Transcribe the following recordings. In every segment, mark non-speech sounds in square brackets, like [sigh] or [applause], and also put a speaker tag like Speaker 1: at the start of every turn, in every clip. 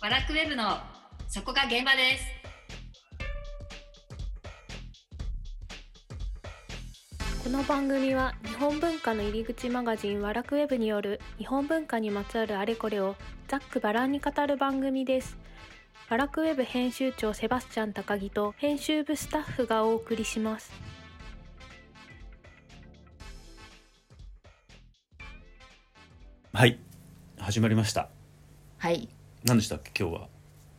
Speaker 1: バラクウェブのそこが現場です。
Speaker 2: この番組は日本文化の入り口マガジンワラクウェブによる日本文化にまつわるあれこれをざっくばらんに語る番組です。ワラクウェブ編集長セバスチャン高木と編集部スタッフがお送りします。
Speaker 3: はい始まりました
Speaker 4: はい。
Speaker 3: 何でしたっけ今日は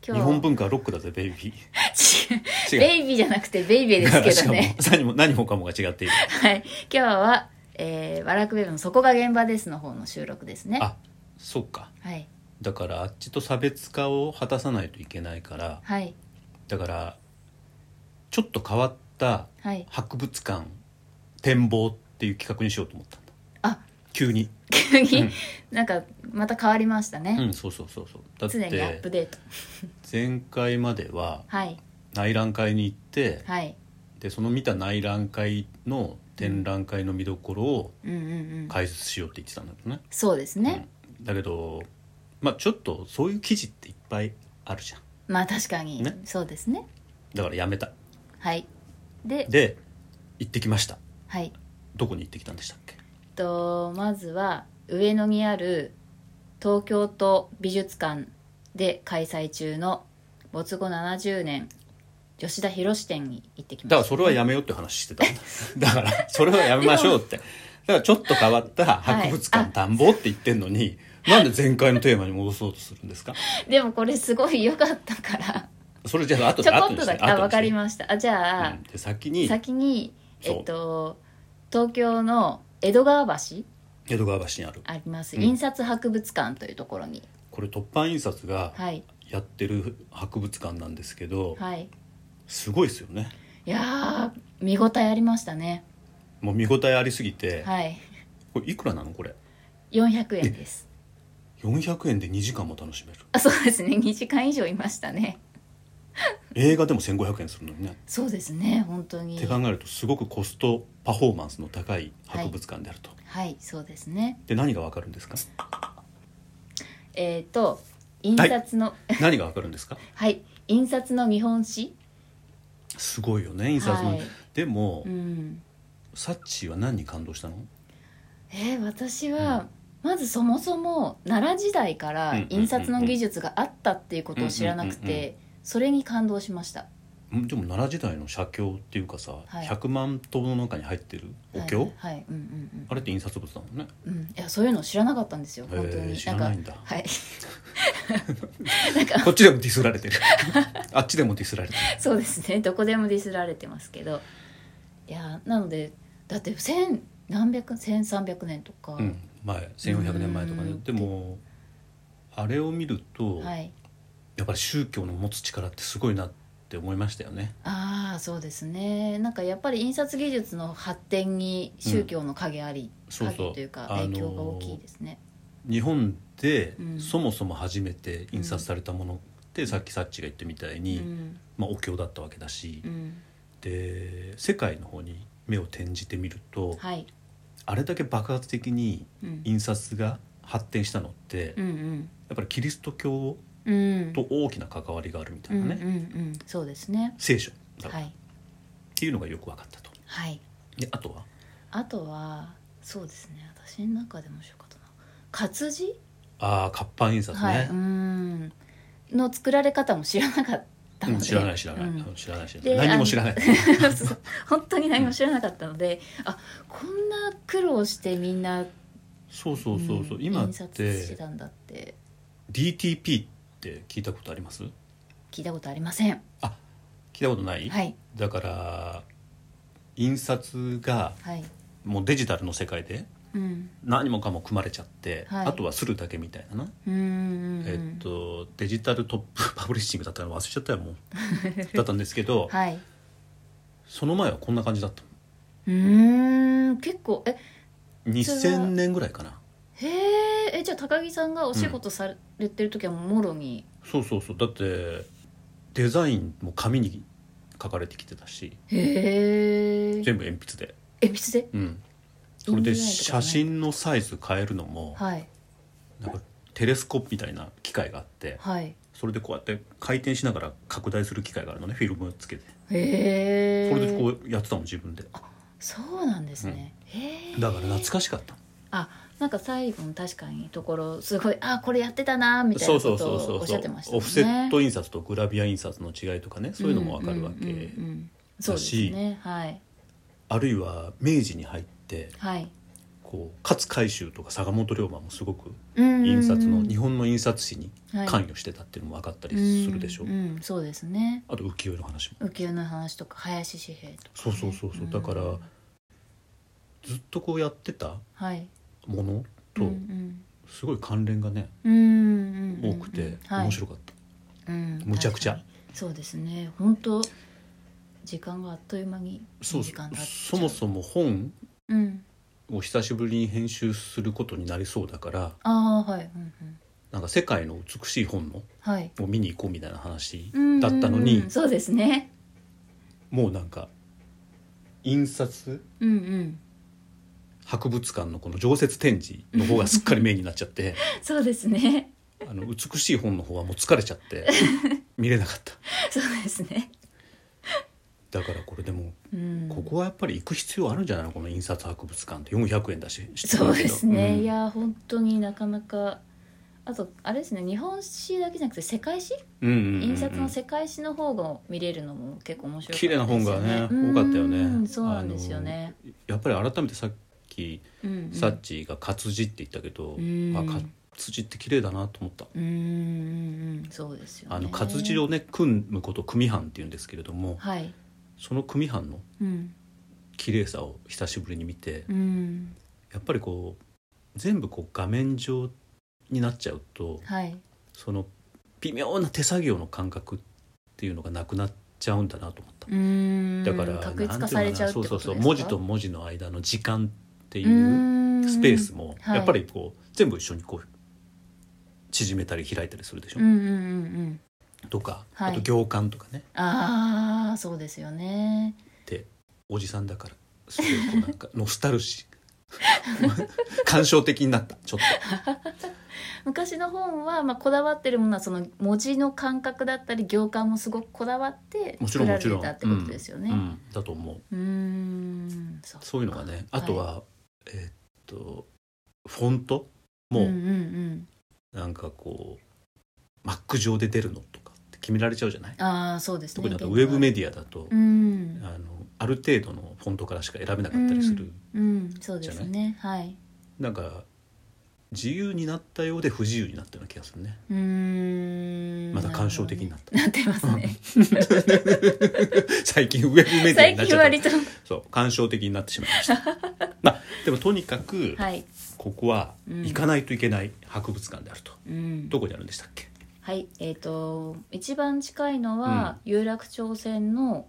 Speaker 4: 今
Speaker 3: 日
Speaker 4: 日
Speaker 3: 本文化はロックだぜベイビ
Speaker 4: [laughs]
Speaker 3: ー違う
Speaker 4: ベイビーじゃなくてベイベーですけどね。
Speaker 3: [laughs] しかも何も何もかもが違っている
Speaker 4: はい。今日は、えー、ワラクウェブのそこが現場ですの方の収録ですね。
Speaker 3: あそうか
Speaker 4: はい。
Speaker 3: だからあっちと差別化を果たさないといけないから
Speaker 4: はい。
Speaker 3: だからちょっと変わった
Speaker 4: はい。
Speaker 3: 博物館展望っていう企画にしようと思ったんだ
Speaker 4: あ、
Speaker 3: 急に
Speaker 4: 急
Speaker 3: う
Speaker 4: に
Speaker 3: ん、
Speaker 4: なんか、また変わりました
Speaker 3: う
Speaker 4: ね。
Speaker 3: んそうそうそうそうだっ
Speaker 4: 常にアップ
Speaker 3: て
Speaker 4: デート。
Speaker 3: 前回までは
Speaker 4: はい。
Speaker 3: 内覧会に行って
Speaker 4: はい。
Speaker 3: でその見た内覧会の展覧会の見どころを
Speaker 4: うんうんうん。
Speaker 3: 解説しようって言ってたんだよね、
Speaker 4: そうですね。
Speaker 3: うんだけどまあちょっとそういう記事っていっぱいあるじゃん
Speaker 4: まあ確かに
Speaker 3: ね、
Speaker 4: そうですね。
Speaker 3: だからやめた
Speaker 4: はい。で、
Speaker 3: で行ってきました
Speaker 4: はい。
Speaker 3: どこに行ってきたんでしたっけ
Speaker 4: えっとまずは上野にある東京都美術館で開催中の没後70年吉田博士展に行ってきました
Speaker 3: だからそれはやめようって話してたんだだからそれはやめましょうってだからちょっと変わった博物
Speaker 4: はい
Speaker 3: 館
Speaker 4: あ
Speaker 3: 探訪って言ってんのに、なんで前回のテーマに戻そうとするんですか
Speaker 4: でもこれすごい良かった
Speaker 3: [laughs]
Speaker 4: から
Speaker 3: それじゃあ後
Speaker 4: ち
Speaker 3: で
Speaker 4: ょ
Speaker 3: 後
Speaker 4: こっ
Speaker 3: に
Speaker 4: と
Speaker 3: して
Speaker 4: だけあわかり
Speaker 3: ま
Speaker 4: ましたあじゃあ、
Speaker 3: で先に
Speaker 4: 先に
Speaker 3: そう
Speaker 4: えっと東京の江戸川橋
Speaker 3: 江戸川橋にある
Speaker 4: あります、
Speaker 3: うん
Speaker 4: 印刷博物館というところに
Speaker 3: これ突版印刷が
Speaker 4: はい
Speaker 3: やってる博物館なんですけど、
Speaker 4: はい
Speaker 3: すごいですよね
Speaker 4: いやー見応えありましたね
Speaker 3: もう見応えありすぎて、
Speaker 4: はい
Speaker 3: これいくらなのこれ
Speaker 4: 400円です
Speaker 3: 400円で2時間も楽しめる
Speaker 4: あそうですね2時間以上いましたね
Speaker 3: 映画でも1500円するのにね、
Speaker 4: そうですね本当に
Speaker 3: って考えるとすごくコストパフォーマンスの高い博物館であると、
Speaker 4: はいそうですね
Speaker 3: で何がわかるんですか
Speaker 4: えっ、と印刷のはい、
Speaker 3: 何がわかるんですか
Speaker 4: 印刷の見本紙
Speaker 3: すごいよね印刷の、
Speaker 4: はい
Speaker 3: でも、
Speaker 4: うん
Speaker 3: サッチーは何に感動したの
Speaker 4: えー私は、まずそもそも奈良時代から
Speaker 3: うんうんうんうん
Speaker 4: 印刷の技術があったっていうことを知らなくて、
Speaker 3: うんうんうんう
Speaker 4: それに感動しました
Speaker 3: んでも奈良時代の写経っていうかさ、
Speaker 4: はい
Speaker 3: 100万頭の中に入ってるお経、
Speaker 4: はい、はい、うんうん
Speaker 3: あれって印刷物だもんね
Speaker 4: うんうんいやそういうの知らなかったんですよ
Speaker 3: へー
Speaker 4: 本当に
Speaker 3: 知らないん
Speaker 4: か
Speaker 3: だ
Speaker 4: はい
Speaker 3: こっちでもディスられてるあっちでもディスられてる
Speaker 4: そうですねどこでもディスられてますけどいやなのでだって千何百千三百年とか、
Speaker 3: うん、前1400年前とか
Speaker 4: う
Speaker 3: ね
Speaker 4: ん
Speaker 3: でもあれを見ると、
Speaker 4: はい
Speaker 3: やっぱり宗教の持つ力ってすごいなって思いましたよね
Speaker 4: ああそうですねなんかやっぱり印刷技術の発展に宗教の影あり、
Speaker 3: そうそう
Speaker 4: 影というか
Speaker 3: あのー
Speaker 4: 影響が大きいですね、
Speaker 3: 日本で
Speaker 4: うん
Speaker 3: そもそも初めて印刷されたものって、さっきサッチが言ったみたいに、
Speaker 4: うん
Speaker 3: まあ、お経だったわけだし、
Speaker 4: うん、
Speaker 3: で世界の方に目を転じてみると、
Speaker 4: はい、
Speaker 3: あれだけ爆発的に
Speaker 4: うん、
Speaker 3: 印刷が発展したのって、
Speaker 4: う
Speaker 3: や
Speaker 4: んうん
Speaker 3: っぱりキリスト教
Speaker 4: うん
Speaker 3: と大きな関わりがあるみた
Speaker 4: う
Speaker 3: い
Speaker 4: ん
Speaker 3: な
Speaker 4: うん
Speaker 3: ね、
Speaker 4: うんそうですね
Speaker 3: 聖書だから
Speaker 4: は
Speaker 3: っ
Speaker 4: い
Speaker 3: ていうのがよく分かったと。
Speaker 4: はい
Speaker 3: であとは
Speaker 4: あとはそうですね私の中でも面白かったな活字
Speaker 3: ああ活版印刷ね、
Speaker 4: はい、うんの作られ方も知らなかったの
Speaker 3: うん
Speaker 4: で
Speaker 3: 知らない知らない、
Speaker 4: うん
Speaker 3: 知らない知らない
Speaker 4: で
Speaker 3: 何も知ら
Speaker 4: [laughs]
Speaker 3: ない、
Speaker 4: そう本当に何も知らなかったので、あこんな苦労してみんな
Speaker 3: そうそうそうそう、
Speaker 4: ん
Speaker 3: 今っ
Speaker 4: 印刷して
Speaker 3: て
Speaker 4: たんだって
Speaker 3: DTP って聞いたことあります聞い
Speaker 4: 聞いたことありません
Speaker 3: たことない、
Speaker 4: はい
Speaker 3: だから印刷が
Speaker 4: はい
Speaker 3: もうデジタルの世界で
Speaker 4: うん
Speaker 3: 何もかも組まれちゃって、
Speaker 4: はい
Speaker 3: あとはするだけみたいなな、
Speaker 4: うんうんうん
Speaker 3: えっとデジタルトップ [laughs] パブリッシングだったの忘れちゃったよも
Speaker 4: [laughs]
Speaker 3: うだったんですけど、
Speaker 4: はい
Speaker 3: その前はこんな感じだった
Speaker 4: うーん結構え
Speaker 3: 2000年ぐらいかな
Speaker 4: へーえじゃあ高木さんがお仕事されてる時はもろに、
Speaker 3: そうそうそうだってデザインも紙に書かれてきてたし
Speaker 4: へえ
Speaker 3: 全部鉛筆で
Speaker 4: 鉛筆で
Speaker 3: うん、それで
Speaker 4: いいんじゃないですか
Speaker 3: 写
Speaker 4: ね
Speaker 3: 真のサイズ変えるのも
Speaker 4: はい
Speaker 3: なんかテレスコープみたいな機械があって
Speaker 4: はい
Speaker 3: それでこうやって回転しながら拡大する機械があるのねフィルムをつけて
Speaker 4: へえ
Speaker 3: これでこうやってたもん自分で
Speaker 4: そうなんですね、へえ
Speaker 3: だから懐かしかった
Speaker 4: あなんか最後の確かにところすごいあこれやってたなみたいなことをおっしゃってましたもん
Speaker 3: オ
Speaker 4: ね
Speaker 3: フセット印刷とグラビア印刷の違いとかねそういうのもわかるわけ、
Speaker 4: うんうんうんうんそうですねはい
Speaker 3: あるいは明治に入って
Speaker 4: はい
Speaker 3: こう勝海舟とか坂本龍馬もすごく印
Speaker 4: 印
Speaker 3: 刷の日本の印刷紙に関与してたっていうのも分かったりするでしょ、
Speaker 4: うんうんそうですね
Speaker 3: あと浮世絵の話も
Speaker 4: 浮世の話とか林紙幣とか
Speaker 3: そうそうそうそうだから
Speaker 4: うん
Speaker 3: ずっとこうやってた
Speaker 4: はい
Speaker 3: もの
Speaker 4: うんう
Speaker 3: と
Speaker 4: ん
Speaker 3: すごい関連がね
Speaker 4: うんうんうんう
Speaker 3: 多
Speaker 4: ん
Speaker 3: くて
Speaker 4: はい
Speaker 3: 面白かった、
Speaker 4: うん
Speaker 3: むちゃくちゃ
Speaker 4: 確かにそうですね本当時間があっという間に
Speaker 3: そう
Speaker 4: 時間経っちゃう
Speaker 3: そもそも本
Speaker 4: うん
Speaker 3: を久しぶりに編集することになりそうだから
Speaker 4: ああはいうんうん
Speaker 3: なんか世界の美しい本の
Speaker 4: はい
Speaker 3: を見に行こうみたいな話
Speaker 4: うん
Speaker 3: だったの
Speaker 4: う
Speaker 3: に、
Speaker 4: んうんそうですね
Speaker 3: もうなんか印刷
Speaker 4: うんうん
Speaker 3: 博物館のこの常設展示の方がすっかりメインになっちゃって
Speaker 4: そうですね [laughs]
Speaker 3: あの美しい本の方はもう疲れちゃって見れなかった
Speaker 4: そうですね
Speaker 3: だからこれでも
Speaker 4: うん
Speaker 3: ここはやっぱり行く必要あるんじゃないのこの印刷博物館って400円だし知って
Speaker 4: そう
Speaker 3: るけ
Speaker 4: で
Speaker 3: ど
Speaker 4: すね、
Speaker 3: うん
Speaker 4: いや本当になかなかあとあれですね日本史だけじゃなくて世界史、
Speaker 3: うんうんうんうん
Speaker 4: 印刷の世界史の方が見れるのも結構面白かった
Speaker 3: 綺麗な本がね
Speaker 4: うん
Speaker 3: 多かったよ
Speaker 4: うん
Speaker 3: ね
Speaker 4: そうなんですよね
Speaker 3: あのやっぱり改めてさっき
Speaker 4: うんうん
Speaker 3: サッチーが活字って言ったけど、
Speaker 4: うん
Speaker 3: あ活字って綺麗だなと思った
Speaker 4: うんうんうんそうですよね
Speaker 3: あの活字をね組むことを組版っていうんですけれども
Speaker 4: はい
Speaker 3: その組版の
Speaker 4: うん
Speaker 3: 綺麗さを久しぶりに見て
Speaker 4: うん
Speaker 3: やっぱりこう全部こう画面上になっちゃうと
Speaker 4: はい
Speaker 3: その微妙な手作業の感覚っていうのがなくなっちゃうんだなと思った
Speaker 4: うん
Speaker 3: だから
Speaker 4: 確一化
Speaker 3: なんてい
Speaker 4: さ
Speaker 3: う
Speaker 4: れ
Speaker 3: の
Speaker 4: ちゃう
Speaker 3: かな
Speaker 4: っ
Speaker 3: そ
Speaker 4: てこ
Speaker 3: うそう
Speaker 4: とです
Speaker 3: そ
Speaker 4: か
Speaker 3: う文字と文字の間の時間っていう
Speaker 4: う
Speaker 3: スペースも
Speaker 4: はい
Speaker 3: やっぱりこう全部一緒にこう縮めたり開いたりするでしょ
Speaker 4: うんうんうんうん
Speaker 3: とか
Speaker 4: はい
Speaker 3: あと行間とかね
Speaker 4: ああそうですよね
Speaker 3: っておじさんだからすごいこうなんかノスタルシー [laughs] 感傷的になったちょっ
Speaker 4: 昔の本は、まあ、こだわってるものはその文字の感覚だったり行間もすごくこだわって
Speaker 3: ともちろ
Speaker 4: 作
Speaker 3: んも
Speaker 4: られ
Speaker 3: ち
Speaker 4: て
Speaker 3: ろん
Speaker 4: たってことですよ
Speaker 3: うんう
Speaker 4: ね。
Speaker 3: んだと思う
Speaker 4: うーんそ
Speaker 3: そういうのがねあとは、えーっとフォント
Speaker 4: う
Speaker 3: も
Speaker 4: んうんうん
Speaker 3: なんかこう Mac 上で出るのとかって決められちゃうじゃない
Speaker 4: ああそうですね。
Speaker 3: 特にあとウェブメディアだと、
Speaker 4: うん
Speaker 3: あのある程度のフォントからしか選べなかったりする、
Speaker 4: うんそうですねはい。
Speaker 3: なんか自由になったようで不自由になったような気がするね
Speaker 4: うーん
Speaker 3: また感傷的になった、
Speaker 4: なっ
Speaker 3: [laughs]
Speaker 4: てますね。
Speaker 3: 最近ウェブメディア
Speaker 4: 最
Speaker 3: になっ
Speaker 4: 近
Speaker 3: ちゃった
Speaker 4: 割と
Speaker 3: そう感傷的になってしまいました
Speaker 4: [laughs]
Speaker 3: まあでもとにかく、
Speaker 4: はい。
Speaker 3: ここは
Speaker 4: うん
Speaker 3: 行かないといけない博物館であると、
Speaker 4: うん
Speaker 3: どこにあるんでしたっけ
Speaker 4: はいえっ、と一番近いのは、有楽町線の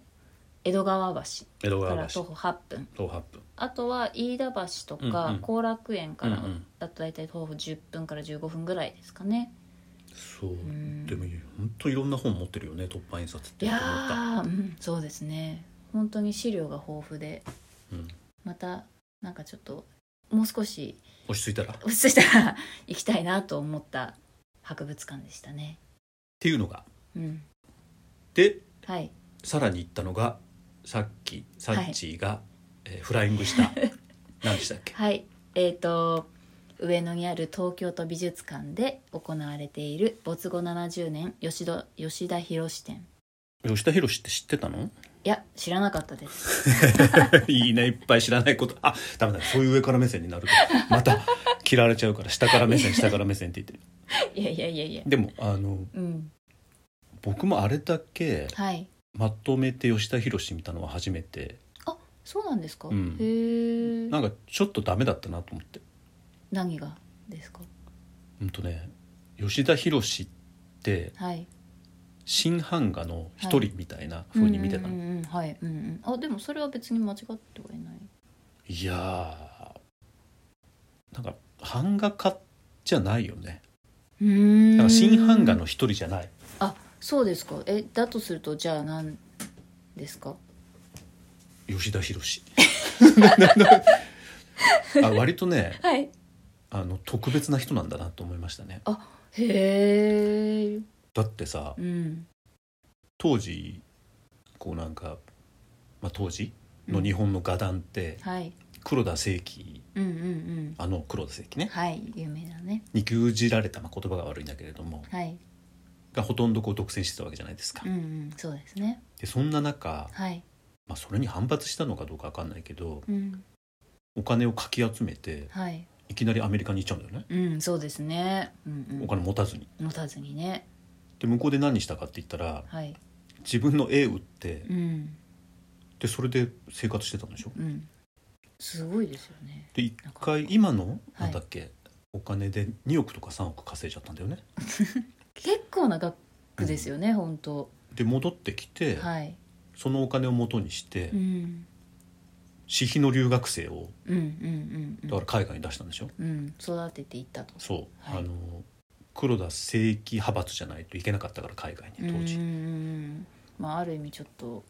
Speaker 4: 江戸川橋
Speaker 3: 江戸
Speaker 4: から
Speaker 3: 川
Speaker 4: 徒
Speaker 3: 橋
Speaker 4: 歩8分。
Speaker 3: 東八分
Speaker 4: あとは飯田橋と
Speaker 3: うん
Speaker 4: か
Speaker 3: うん
Speaker 4: 後楽園から
Speaker 3: うんうん
Speaker 4: だと大体徒歩10分から15分ぐらいですかね、
Speaker 3: そう、
Speaker 4: ん
Speaker 3: でも本当いろんな本持ってるよね突破印刷って
Speaker 4: いや
Speaker 3: と思った、
Speaker 4: ー、うん、そうですね本当に資料が豊富で
Speaker 3: うん、
Speaker 4: またなんかちょっともう少し
Speaker 3: 落ち着いたらっ
Speaker 4: 落ち着いたら行きたいなと思った博物館でしたね
Speaker 3: ていうのが
Speaker 4: うん
Speaker 3: で
Speaker 4: はい
Speaker 3: さらに行ったのがさっきサッチーが、えーフライン
Speaker 4: [laughs]
Speaker 3: グした何でしたっけ
Speaker 4: はいえっ、と上野にある東京都美術館で行われている没後70年吉田吉田博士展
Speaker 3: 吉田博って知ってたの [laughs]
Speaker 4: いや知らなかったです
Speaker 3: いいねいっぱい知らないことあダメだそういう上から目線になる
Speaker 4: [laughs]
Speaker 3: とまた嫌われちゃうから下から目線下から目線って言ってる
Speaker 4: いやいやいやいや
Speaker 3: でもあの
Speaker 4: うん
Speaker 3: 僕もあれだけ
Speaker 4: はい
Speaker 3: まとめて吉田博見たのは初めて
Speaker 4: あそうなんですか、
Speaker 3: うん
Speaker 4: へえ
Speaker 3: なんかちょっとダメだったなと思って
Speaker 4: 何がですか
Speaker 3: うんとね吉田博って
Speaker 4: はい
Speaker 3: 新版画の一人みたいな風に見てたの、
Speaker 4: うんうんうん、はい、うんうん、あでもそれは別に間違ってはいない
Speaker 3: いやーなんか版画家じゃないよね
Speaker 4: うん
Speaker 3: だから新版画の一人じゃない
Speaker 4: あそうですかえだとするとじゃあ何ですか
Speaker 3: 吉田博
Speaker 4: [laughs]
Speaker 3: あ割とね
Speaker 4: はい
Speaker 3: あの特別な人なんだなと思いましたね
Speaker 4: へえ
Speaker 3: だってさ
Speaker 4: うん
Speaker 3: 当時こうなんか、まあ、当時の日本の画壇って
Speaker 4: はい
Speaker 3: 黒田清輝
Speaker 4: うんうんうん
Speaker 3: あの黒田清輝ね
Speaker 4: はい有名だね
Speaker 3: に牛耳られた、まあ、言葉が悪いんだけれども
Speaker 4: はい
Speaker 3: がほとんどこう独占してたわけじゃないですか。
Speaker 4: うんうんそうですね
Speaker 3: でそんな中、
Speaker 4: はい
Speaker 3: まあ、それに反発したのかどうかわかんないけど
Speaker 4: うん
Speaker 3: お金をかき集めて
Speaker 4: はい
Speaker 3: いきなりアメリカに行っちゃうんだよね
Speaker 4: うんそうですねうん
Speaker 3: お金持たずに。
Speaker 4: うん持たずにね
Speaker 3: で向こうで何したかって言ったら
Speaker 4: はい
Speaker 3: 自分の絵売って
Speaker 4: うん
Speaker 3: でそれで生活してたんでしょ
Speaker 4: うんすごいですよね
Speaker 3: で一
Speaker 4: なんか
Speaker 3: 回今の
Speaker 4: はい
Speaker 3: なんだっけ、お金で2億とか3億稼いじゃったんだよね
Speaker 4: 結構な額ですよね、本当
Speaker 3: で戻ってきて、
Speaker 4: はい、
Speaker 3: そのお金を元にして、
Speaker 4: うん、
Speaker 3: 私費の留学生を
Speaker 4: うんうんうんうん
Speaker 3: だから海外に出したんでしょ、
Speaker 4: うん育てていったと
Speaker 3: そう、
Speaker 4: はい
Speaker 3: あの黒田正規派閥じゃないといけなかったから海外に当時、
Speaker 4: うんうんうんまあある意味ちょっと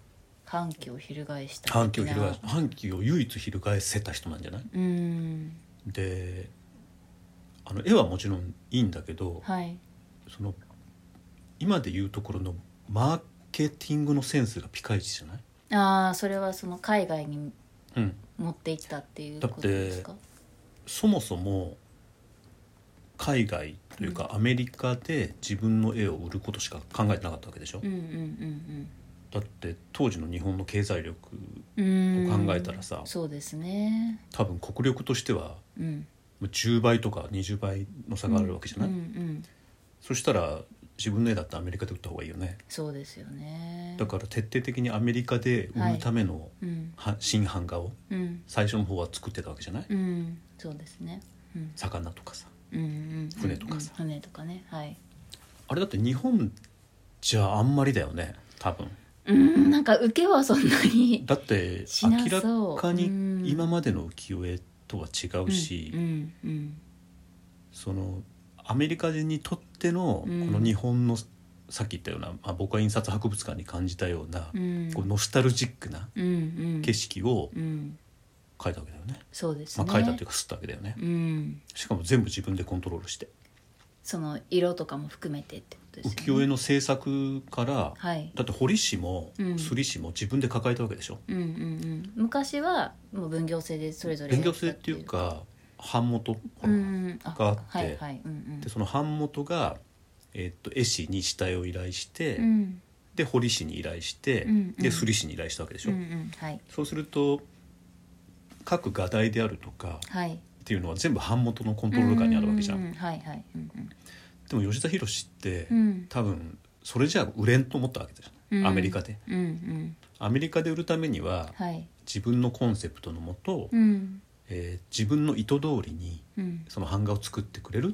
Speaker 4: 反旗を翻した
Speaker 3: 反旗を翻
Speaker 4: 的な
Speaker 3: 反旗を唯一翻せた人なんじゃない
Speaker 4: うん
Speaker 3: であの絵はもちろんいいんだけど、
Speaker 4: はい
Speaker 3: その今で言うところのマーケティングのセンスがピカイチじゃない、
Speaker 4: ああそれはその海外に
Speaker 3: うん、
Speaker 4: 持っていったっていう
Speaker 3: だ
Speaker 4: こ
Speaker 3: って
Speaker 4: とですか
Speaker 3: そもそも海外というかアメリカで自分の絵を売ることしか考えてなかったわけでしょ、
Speaker 4: うんうんうん
Speaker 3: だって当時の日本の経済力
Speaker 4: うんうん
Speaker 3: 考えたらさ
Speaker 4: そうですね
Speaker 3: 多分国力としては
Speaker 4: うん
Speaker 3: もう10倍とか20倍の差があるわけじゃない、
Speaker 4: うんうん
Speaker 3: そしたら自分の絵だってアメリカで売った方がいいよね
Speaker 4: そうですよね
Speaker 3: だから徹底的にアメリカで売るための
Speaker 4: うん
Speaker 3: は新版画を
Speaker 4: うん
Speaker 3: 最初の方は作ってたわけじゃない、
Speaker 4: うんそうですねうん
Speaker 3: 魚とかさ
Speaker 4: うんうん
Speaker 3: 船とかさ
Speaker 4: うん船とかねはい
Speaker 3: あれだって日本じゃあんまりだよね多分
Speaker 4: うんなんか受けはそんなに
Speaker 3: だって
Speaker 4: しな
Speaker 3: 明ら
Speaker 4: そう
Speaker 3: か
Speaker 4: うん
Speaker 3: に今までの浮世絵とは違うし、
Speaker 4: うんうん
Speaker 3: そのアメリカ人にとってのこ
Speaker 4: うん
Speaker 3: の日本のさっき言ったような、まあ、僕は印刷博物館に感じたような、
Speaker 4: うん
Speaker 3: こうノスタルジックな
Speaker 4: うんうん
Speaker 3: 景色を
Speaker 4: うん
Speaker 3: 描いたわけだよね、
Speaker 4: そうです
Speaker 3: ま
Speaker 4: ね
Speaker 3: あ、描いたというか吸ったわけだよね
Speaker 4: うん
Speaker 3: しかも全部自分でコントロールして、
Speaker 4: その色とかも含めてってことです
Speaker 3: 浮世
Speaker 4: よ
Speaker 3: 絵
Speaker 4: ね
Speaker 3: の制作から
Speaker 4: はい
Speaker 3: だって堀氏も
Speaker 4: うん
Speaker 3: 摺師も自分で抱えたわけでしょ、
Speaker 4: うんうんうん昔はもう分業制でそれぞれ
Speaker 3: 勉強制っていうか版元ほ
Speaker 4: う
Speaker 3: ら
Speaker 4: んあ
Speaker 3: があって
Speaker 4: はいはいうん
Speaker 3: でその版元が、えっと絵師に下絵を依頼して、
Speaker 4: うんうん
Speaker 3: で彫師に依頼して、
Speaker 4: うんうん
Speaker 3: で摺師に依頼したわけでし
Speaker 4: う
Speaker 3: ょ、
Speaker 4: んうんはい
Speaker 3: そうすると各画題であるとか
Speaker 4: はい
Speaker 3: っていうのは全部版元のコントロール下にあるわけじゃん、
Speaker 4: うううはいはいうん
Speaker 3: でも吉田博って、
Speaker 4: うん
Speaker 3: 多分それじゃあ売れんと思ったわけじゃん、
Speaker 4: うん
Speaker 3: アメリカで
Speaker 4: うんうん
Speaker 3: アメリカで売るためには
Speaker 4: はい
Speaker 3: 自分のコンセプトのもと、
Speaker 4: うん
Speaker 3: えー自分の意図通りに
Speaker 4: うん
Speaker 3: その版画を作ってくれるっ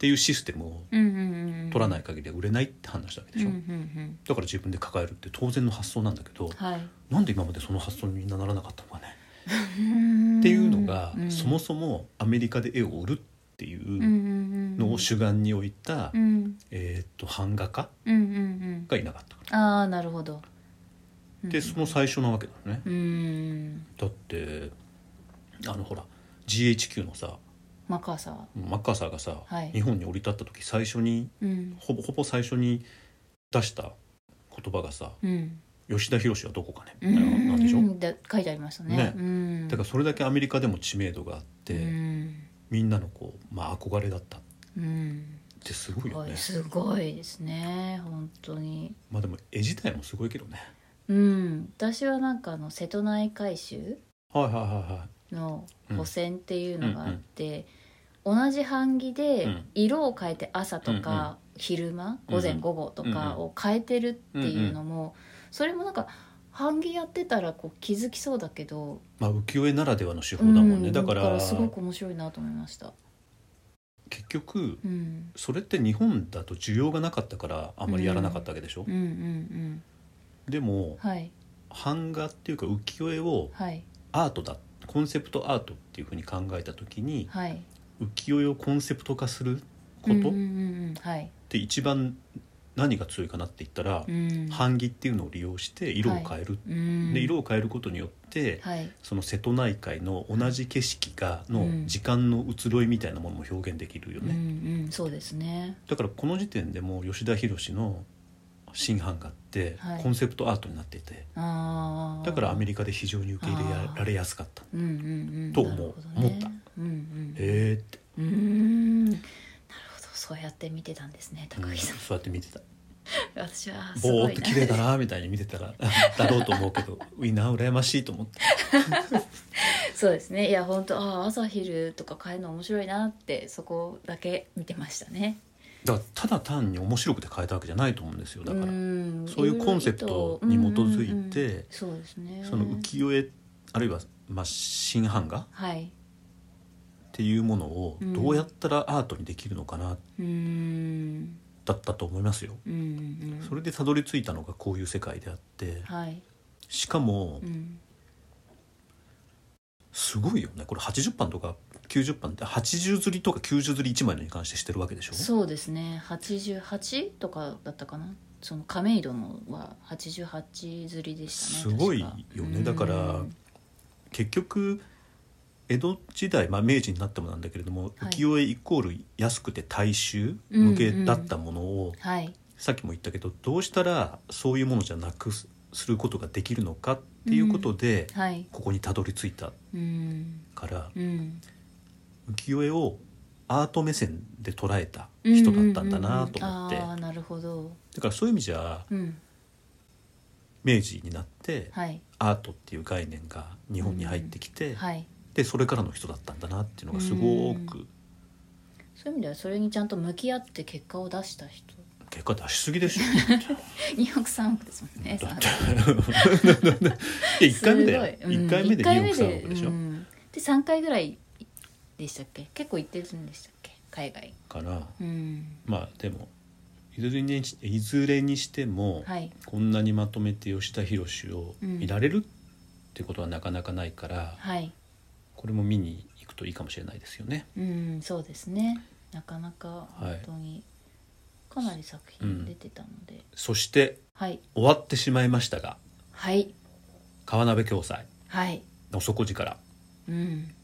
Speaker 3: ていうシステムを
Speaker 4: うんうんうん
Speaker 3: 取ら
Speaker 4: い
Speaker 3: ない限りは売れないって話したわけで
Speaker 4: う
Speaker 3: しょ、
Speaker 4: んうんうん
Speaker 3: だから自分で抱えるって当然の発想なんだけど、
Speaker 4: はい
Speaker 3: なんで今までその発想にみんなならなかったのかね、
Speaker 4: っ
Speaker 3: っていうのが、そも
Speaker 4: そ
Speaker 3: そもアメリカで絵を売るってい
Speaker 4: も
Speaker 3: うのを主眼に置いた、
Speaker 4: うん
Speaker 3: えーっと版画家
Speaker 4: うんうん
Speaker 3: がいなかったか
Speaker 4: うんああなるほど
Speaker 3: らでその最初なわけだよね、
Speaker 4: うん
Speaker 3: だってあのほら GHQ のさ
Speaker 4: マカサは
Speaker 3: マッカーサーがさ、
Speaker 4: はい
Speaker 3: 日本に降り立った時最初に
Speaker 4: うん
Speaker 3: ほぼほぼ最初に出した言葉がさ
Speaker 4: うん
Speaker 3: 吉田博はどこかね
Speaker 4: う
Speaker 3: みたいなのなんでしょ、
Speaker 4: んで書いてありましたね
Speaker 3: ね
Speaker 4: うん
Speaker 3: だからそれだけアメリカでも知名度があって、
Speaker 4: うん
Speaker 3: みんなのこう、まあ、憧れだったっ
Speaker 4: うん
Speaker 3: てすごい
Speaker 4: す
Speaker 3: よ
Speaker 4: ご
Speaker 3: ね
Speaker 4: いすごいですね本当に
Speaker 3: まあでも絵自体もすごいけどね
Speaker 4: うん私はなんかあの瀬戸内海舟
Speaker 3: はいはいは
Speaker 4: の
Speaker 3: うん
Speaker 4: 補選っていうのがあって、同じ版木で
Speaker 3: うん
Speaker 4: 色を変えて朝とか昼間、
Speaker 3: うんうん
Speaker 4: 午前午後とかを変えてるっていうのも、それもなんか版木やってたらこう気づきそうだけど、
Speaker 3: いはいまあ浮世絵ならではの手法だもんね、
Speaker 4: うん
Speaker 3: だから
Speaker 4: すごく面白いなと思いました。
Speaker 3: 結局
Speaker 4: うん、
Speaker 3: それって日本だと需要がなかったからあんまりやらなかったわけでしょ、
Speaker 4: うんうんうん
Speaker 3: でも
Speaker 4: はい
Speaker 3: 版画っていうか浮世絵を
Speaker 4: はい
Speaker 3: アートだコンセプトアートっていうふうに考えた時に
Speaker 4: はい
Speaker 3: 浮世絵をコンセプト化すること
Speaker 4: うんうん
Speaker 3: っ
Speaker 4: うんはい、
Speaker 3: て一番何が強いかなって言ったら
Speaker 4: うん
Speaker 3: 版木っていうのを利用して色を変える、
Speaker 4: うん
Speaker 3: で色を変えることによっって、
Speaker 4: はい
Speaker 3: その瀬戸内海の同じ景色が
Speaker 4: う
Speaker 3: の
Speaker 4: ん
Speaker 3: 時間の移ろいみたいなものも表現できるよ
Speaker 4: うんう
Speaker 3: ね、
Speaker 4: んそうですね
Speaker 3: だからこの時点でもう吉田博の新版画って
Speaker 4: はい
Speaker 3: コンセプトアートになっていて、
Speaker 4: ああ
Speaker 3: だからアメリカで非常に受け入れやられやすかったへ
Speaker 4: うんうんうん
Speaker 3: と思う
Speaker 4: なるほどね
Speaker 3: 思った
Speaker 4: うんうん
Speaker 3: えって
Speaker 4: うーんなるほどそうやって見てたんですね
Speaker 3: うん
Speaker 4: 高木さん、
Speaker 3: そうやって見てた
Speaker 4: 私はす
Speaker 3: ぼ
Speaker 4: ご
Speaker 3: ーっ
Speaker 4: い
Speaker 3: と
Speaker 4: な
Speaker 3: 綺麗だなみたいに見てたらだろうと思うけ
Speaker 4: [laughs]
Speaker 3: どいいな羨ましいと思って
Speaker 4: そうですねいや本当ああ朝昼とか変えるの面白いなってそこだけ見てましたね
Speaker 3: だからただ単に面白くて変えたわけじゃないと思うんですよだから、
Speaker 4: ん
Speaker 3: そういうコンセプトに基づいて
Speaker 4: うんうんうんそうですね
Speaker 3: その浮世絵あるいは、まあ、新版画っ
Speaker 4: はい
Speaker 3: ていうものを
Speaker 4: うん
Speaker 3: どうやったらアートにできるのかな
Speaker 4: うーん
Speaker 3: だったと思いますよ。
Speaker 4: うんうんうん
Speaker 3: それでたどり着いたのがこういう世界であって
Speaker 4: はい、
Speaker 3: しかも
Speaker 4: うん、
Speaker 3: すごいよねこれ80版とか90版って80釣りとか90釣り1枚のに関してしてるわけでしょ
Speaker 4: そうですね88とかだったかなその亀戸のは88釣りでし
Speaker 3: す
Speaker 4: たね
Speaker 3: ごい
Speaker 4: 確か
Speaker 3: よねだから
Speaker 4: うん
Speaker 3: 結局江戸時代、まあ、明治になってもなんだけれども、
Speaker 4: はい
Speaker 3: 浮世絵イコール安くて大衆
Speaker 4: うん
Speaker 3: 向けだったものを、
Speaker 4: はい
Speaker 3: さっきも言ったけどどうしたらそういうものじゃなくすすることができるのかっていうことで、
Speaker 4: はい
Speaker 3: ここにたどり着いた
Speaker 4: うん
Speaker 3: から
Speaker 4: うん
Speaker 3: 浮世絵をアート目線で捉えた人だったんだなと思って、
Speaker 4: うんうんうんああなるほど
Speaker 3: だからそういう意味じゃ
Speaker 4: うん
Speaker 3: 明治になって
Speaker 4: はい
Speaker 3: アートっていう概念が日本に入ってきて、
Speaker 4: はい
Speaker 3: でそれからの人だったんだなっていうのがすごく
Speaker 4: そういう意味ではそれにちゃんと向き合って結果を出した人
Speaker 3: 結果出しすぎでしょ
Speaker 4: 203億です [laughs] もんね
Speaker 3: だって [laughs] いや1回目で
Speaker 4: 1
Speaker 3: 1回目で2億3億でしょ、
Speaker 4: で3回ぐらいでしたっけ結構行ってるんでしたっけ海外
Speaker 3: から
Speaker 4: うん
Speaker 3: まあでもいずれにしいずれにしても、
Speaker 4: はい
Speaker 3: こんなにまとめて吉田博を見られるってことはなかなかないから、
Speaker 4: はい
Speaker 3: これも見に行くといいかもしれないですよね。
Speaker 4: うんそうですねなかなか
Speaker 3: はい
Speaker 4: 本当にかなり作品出てたので、
Speaker 3: そして
Speaker 4: はい
Speaker 3: 終わってしまいましたが
Speaker 4: はい
Speaker 3: 川鍋共済
Speaker 4: はい
Speaker 3: の底力
Speaker 4: うん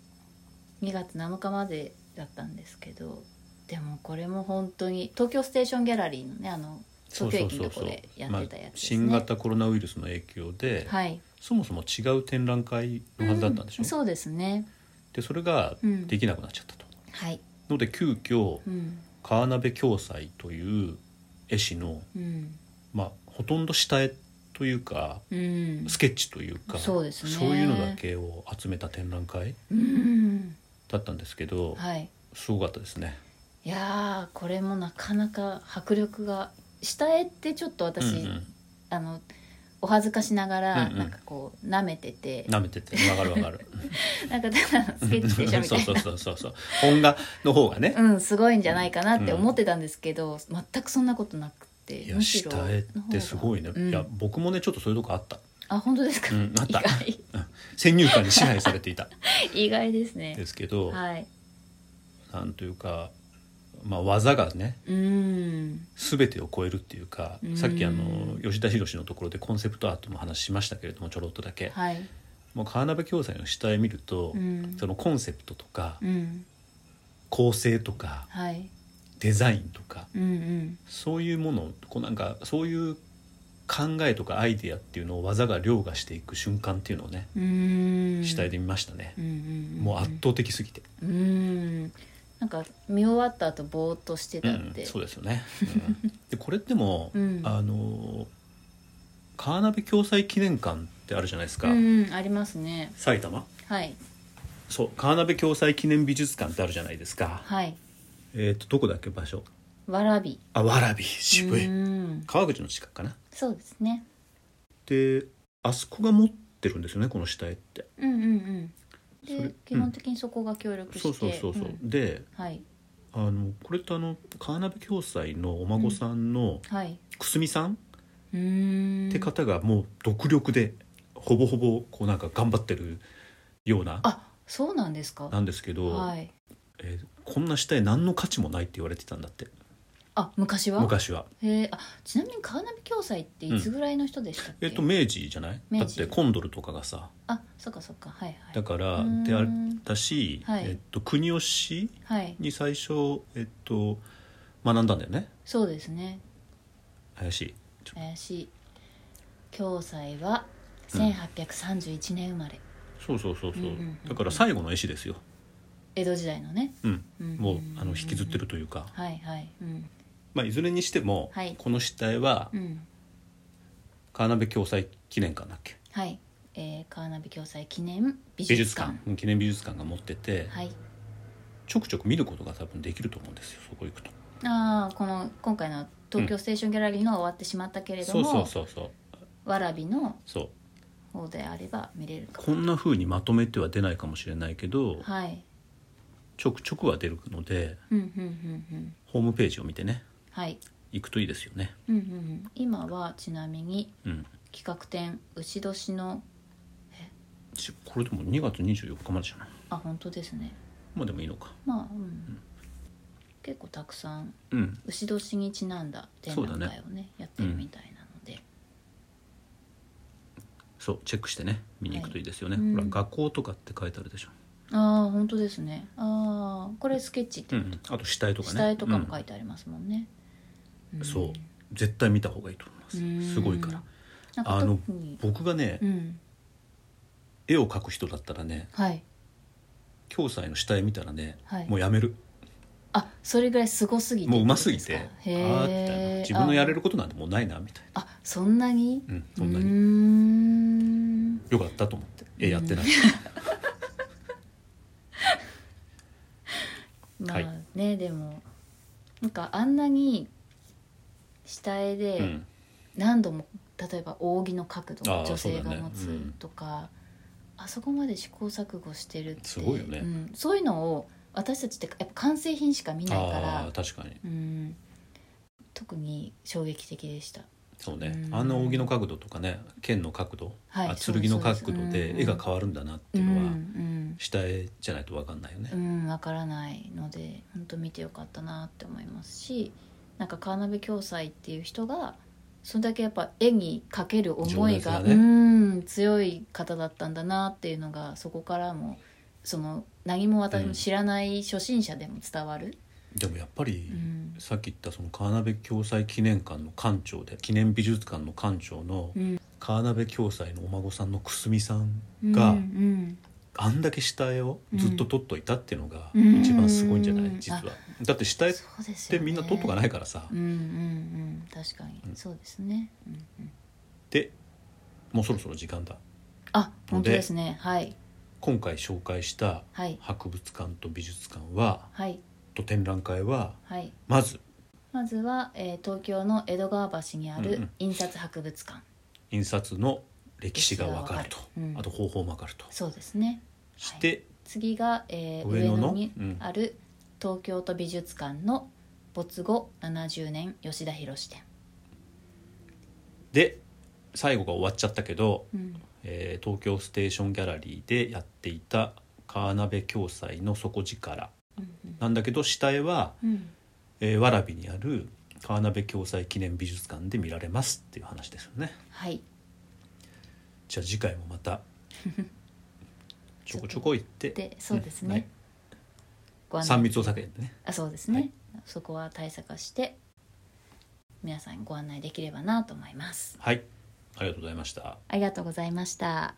Speaker 4: 2月7日までだったんですけどでもこれも本当に東京ステーションギャラリーのねあの東京駅のとこでやってたやつですね、
Speaker 3: 新型コロナウイルスの影響で、
Speaker 4: はい
Speaker 3: そもそも違う展覧会のはずだったんでしょ、
Speaker 4: うそうですね
Speaker 3: でそれが
Speaker 4: うん
Speaker 3: できなくなっちゃったと。
Speaker 4: はい
Speaker 3: ので急遽
Speaker 4: うん
Speaker 3: 川鍋共済という絵師の、
Speaker 4: うん
Speaker 3: まあ、ほとんど下絵というか
Speaker 4: うん
Speaker 3: スケッチというか
Speaker 4: そうですね
Speaker 3: そういうのだけを集めた展覧会
Speaker 4: うん
Speaker 3: だったんですけど、
Speaker 4: はい
Speaker 3: すごかったですね。
Speaker 4: いやーこれもなかなか迫力が下絵ってちょっと私、
Speaker 3: うんうん
Speaker 4: あのお恥ずかしながら、
Speaker 3: うんうん
Speaker 4: なんかこう舐めてて
Speaker 3: 舐めててわかるわかる。
Speaker 4: なんかただのスケッチでしょみた
Speaker 3: そう
Speaker 4: いな
Speaker 3: そうそうそうそう。本画の方がね、
Speaker 4: うん、すごいんじゃないかなって思ってたんですけど、全くそんなことなくて
Speaker 3: いや下絵ってすごいね。
Speaker 4: うん
Speaker 3: いや僕もねちょっとそういうとこあった。
Speaker 4: あ本当ですか、
Speaker 3: うんあっ
Speaker 4: 意
Speaker 3: た
Speaker 4: 外
Speaker 3: 先入観に支配され
Speaker 4: [laughs]
Speaker 3: ていた
Speaker 4: 意外ですね
Speaker 3: ですけど、
Speaker 4: はい
Speaker 3: なんというか。まあ、技がね
Speaker 4: うん
Speaker 3: 全てを超えるっていうか
Speaker 4: うん
Speaker 3: さっきあの吉田博のところでコンセプトアートの話しましたけれどもちょろっとだけ、
Speaker 4: はい
Speaker 3: もう川鍋教材の下絵見ると、
Speaker 4: うん
Speaker 3: そのコンセプトとか
Speaker 4: うん
Speaker 3: 構成とか
Speaker 4: はい
Speaker 3: デザインとか
Speaker 4: うんうん
Speaker 3: そういうものをこうなんかそういう考えとかアイデアっていうのを技が凌駕していく瞬間っていうのをね
Speaker 4: うん
Speaker 3: 下絵で見ましたね
Speaker 4: う、んうんん
Speaker 3: もう圧倒的すぎて、
Speaker 4: うんなんか見終わった後ぼーっとして
Speaker 3: う
Speaker 4: たっ
Speaker 3: ん
Speaker 4: て、
Speaker 3: そうですよ
Speaker 4: [laughs]
Speaker 3: ね、うんでこれっても、
Speaker 4: うん
Speaker 3: あの川鍋共済記念館ってあるじゃないですか、
Speaker 4: うんうんありますね
Speaker 3: 埼玉
Speaker 4: はい
Speaker 3: そう川鍋共済記念美術館ってあるじゃないですか
Speaker 4: はい
Speaker 3: えっ、とどこだっけ場所
Speaker 4: わらび
Speaker 3: あわらび渋い
Speaker 4: うん
Speaker 3: 川口の近くかな
Speaker 4: そうですね
Speaker 3: であそこが持ってるんですよねこの下絵って
Speaker 4: うんうんうん
Speaker 3: それ
Speaker 4: で基本的にそこが協力して、
Speaker 3: そうそうそうそう、
Speaker 4: ん
Speaker 3: で
Speaker 4: はい
Speaker 3: あのこれってあの川鍋共済のお孫さんの
Speaker 4: はい
Speaker 3: くすみさんっ
Speaker 4: うーん
Speaker 3: て方がもう独力でほぼほぼこうなんか頑張ってるような
Speaker 4: あそうなんですか
Speaker 3: なんですけど、
Speaker 4: はい
Speaker 3: えーこんな下絵何の価値もないって言われてたんだって
Speaker 4: あ昔は
Speaker 3: 昔は
Speaker 4: へえあちなみに川波共済っていつぐらいの人でしたっけ、
Speaker 3: えっと明治じゃない
Speaker 4: 明
Speaker 3: だっ
Speaker 4: 治
Speaker 3: てコンドルとかがさ
Speaker 4: あそっかそっかはいはい
Speaker 3: だから
Speaker 4: うん
Speaker 3: であったし、
Speaker 4: はい
Speaker 3: えっと、国吉
Speaker 4: はい
Speaker 3: に最初、えっと、学んだんだよね
Speaker 4: そうですね
Speaker 3: 林ちょ
Speaker 4: 林共済は
Speaker 3: うん
Speaker 4: 1831年生まれ、
Speaker 3: そうそうそうそう,、
Speaker 4: うんうんうんうん
Speaker 3: だから最後の絵師ですよ、
Speaker 4: 江戸時代のね、
Speaker 3: うん、
Speaker 4: うん
Speaker 3: もうあの引きずってるというか、
Speaker 4: はいはいうん
Speaker 3: まあ、いずれにしても、
Speaker 4: はい
Speaker 3: この死体は
Speaker 4: うん
Speaker 3: 川辺共済記念館だっけ
Speaker 4: はい、えー、川鍋共済記念
Speaker 3: 美
Speaker 4: 美術
Speaker 3: 術
Speaker 4: 館
Speaker 3: 館うん記念美術館が持ってて、
Speaker 4: はい
Speaker 3: ちょくちょく見ることが多分できると思うんですよそこ行くと
Speaker 4: ああこの今回の東京ステーションギャラリーのは終わってしまったけれど
Speaker 3: そう
Speaker 4: も、
Speaker 3: そうそうそう
Speaker 4: わらびの
Speaker 3: そう
Speaker 4: 方であれば見れるか
Speaker 3: こんな風にまとめては出ないかもしれないけど
Speaker 4: はい
Speaker 3: ちょくちょくは出るので
Speaker 4: うんうんうんうん
Speaker 3: ホームページを見てね
Speaker 4: はい
Speaker 3: 行くといいですよね
Speaker 4: うんうんうん今はちなみに
Speaker 3: うん
Speaker 4: 企画展牛年の
Speaker 3: ちこれでも2月24日までじゃない
Speaker 4: あ本当ですね
Speaker 3: まあでもいいのか
Speaker 4: まあうん、結構たくさん
Speaker 3: うん
Speaker 4: 牛年にちなんだ展覧会をねやってるみたいなので、
Speaker 3: そうチェックしてね見に行くといいですよね、
Speaker 4: はいうん
Speaker 3: ほら学校とかって書いてあるでしょ、
Speaker 4: ああ本当ですねああこれスケッチっ
Speaker 3: う
Speaker 4: て
Speaker 3: ん
Speaker 4: こ
Speaker 3: う
Speaker 4: と、
Speaker 3: ん、あと死体とかね
Speaker 4: 死体とかも書
Speaker 3: い
Speaker 4: いてありますもんね、
Speaker 3: て
Speaker 4: ん
Speaker 3: そう絶対見た方がいいと思います、
Speaker 4: うん
Speaker 3: すごいから
Speaker 4: なん
Speaker 3: あ
Speaker 4: か
Speaker 3: の
Speaker 4: 特に
Speaker 3: 僕がね、
Speaker 4: うん
Speaker 3: 絵を描く人だったらね
Speaker 4: はい
Speaker 3: 教材の死体見たらね、
Speaker 4: はい
Speaker 3: もうやめる
Speaker 4: あそれぐらいすごすぎて
Speaker 3: もううますぎて
Speaker 4: っ
Speaker 3: あ
Speaker 4: ことですか
Speaker 3: ーみたいな
Speaker 4: へえ
Speaker 3: 自分のやれることなんてもうないなみたいな
Speaker 4: ああそんなに
Speaker 3: うんそんなに
Speaker 4: うーん
Speaker 3: よかったと思って絵やってない、
Speaker 4: まあ
Speaker 3: はい
Speaker 4: ね、でもなんかあんなに下絵
Speaker 3: う
Speaker 4: で
Speaker 3: ん
Speaker 4: 何度も例えば扇の角度
Speaker 3: あ
Speaker 4: を
Speaker 3: あ
Speaker 4: 女性
Speaker 3: そう
Speaker 4: が
Speaker 3: だね
Speaker 4: 持
Speaker 3: う
Speaker 4: つ
Speaker 3: ん
Speaker 4: とかあ,、そこまで試行錯誤してるって
Speaker 3: すごいよね
Speaker 4: うん、そういうのを私たちってやっぱ完成品しか見ないか
Speaker 3: あ
Speaker 4: ら
Speaker 3: あ、確かに
Speaker 4: うん、特に衝撃的でした。
Speaker 3: そうね、
Speaker 4: うん
Speaker 3: あんな扇の角度とかね剣の角度、
Speaker 4: はい
Speaker 3: あ
Speaker 4: そう
Speaker 3: 剣の
Speaker 4: そう
Speaker 3: 角
Speaker 4: です
Speaker 3: 度
Speaker 4: うん
Speaker 3: で絵が変わるんだなっていううのは、
Speaker 4: ん
Speaker 3: 下絵じゃないと分かんないよね、
Speaker 4: うん、うん、わからないので本当見てよかったなって思いますしなんか川鍋共済っていう人がそれだけやっぱ絵にかける思いが
Speaker 3: 情熱がね
Speaker 4: うん強い方だったんだなっていうのがそこからもその何も私も知らない初心者でも伝わる、
Speaker 3: でもやっぱり、
Speaker 4: うん
Speaker 3: さっき言ったその川辺共済記念館の館長で記念美術館の館長の
Speaker 4: うん
Speaker 3: 川辺共済のお孫さんのくすみさんが、
Speaker 4: うん
Speaker 3: あんだけ下絵をずっと撮っといたっていうのが
Speaker 4: うん
Speaker 3: 一番すごいんじゃない、
Speaker 4: うん
Speaker 3: 実はだって下
Speaker 4: う
Speaker 3: 絵っ
Speaker 4: ん、そうです
Speaker 3: て
Speaker 4: よね
Speaker 3: みんな撮っとかないいからさ、
Speaker 4: うんうんうん確かに、
Speaker 3: うん
Speaker 4: そうですね、うんうん、
Speaker 3: でもうそろそろ時間だ
Speaker 4: あ本当ですねはい
Speaker 3: 今回紹介した
Speaker 4: はい
Speaker 3: 博物館と美術館は
Speaker 4: はい
Speaker 3: と展覧会は
Speaker 4: はい
Speaker 3: まず
Speaker 4: まずは、えー東京の江戸川橋にあ
Speaker 3: うんう
Speaker 4: る
Speaker 3: ん
Speaker 4: 印刷博物館、
Speaker 3: 印刷の歴史がわかると
Speaker 4: 歴史がわかるうん
Speaker 3: あと方法もわかると
Speaker 4: そうですね
Speaker 3: して、
Speaker 4: 次が、えー上
Speaker 3: 上野の
Speaker 4: 野に
Speaker 3: うん
Speaker 4: ある東京都美術館の没後70年吉田博展、
Speaker 3: で最後が終わっちゃったけど、
Speaker 4: うん、
Speaker 3: えー東京ステーションギャラリーでやっていた川鍋共済の底力
Speaker 4: うんうん
Speaker 3: なんだけど下絵は、
Speaker 4: うん
Speaker 3: えー、わらびにある川鍋共済記念美術館で見られますっていう話ですよね
Speaker 4: はい
Speaker 3: じゃあ次回もまたちょこちょこ行って
Speaker 4: でそうですね、
Speaker 3: んはい
Speaker 4: ご案内
Speaker 3: 3密を避けてね
Speaker 4: あそうですね、
Speaker 3: はい
Speaker 4: そこは対策して皆さんご案内できればなと思います
Speaker 3: はいありがとうございました
Speaker 4: ありがとうございました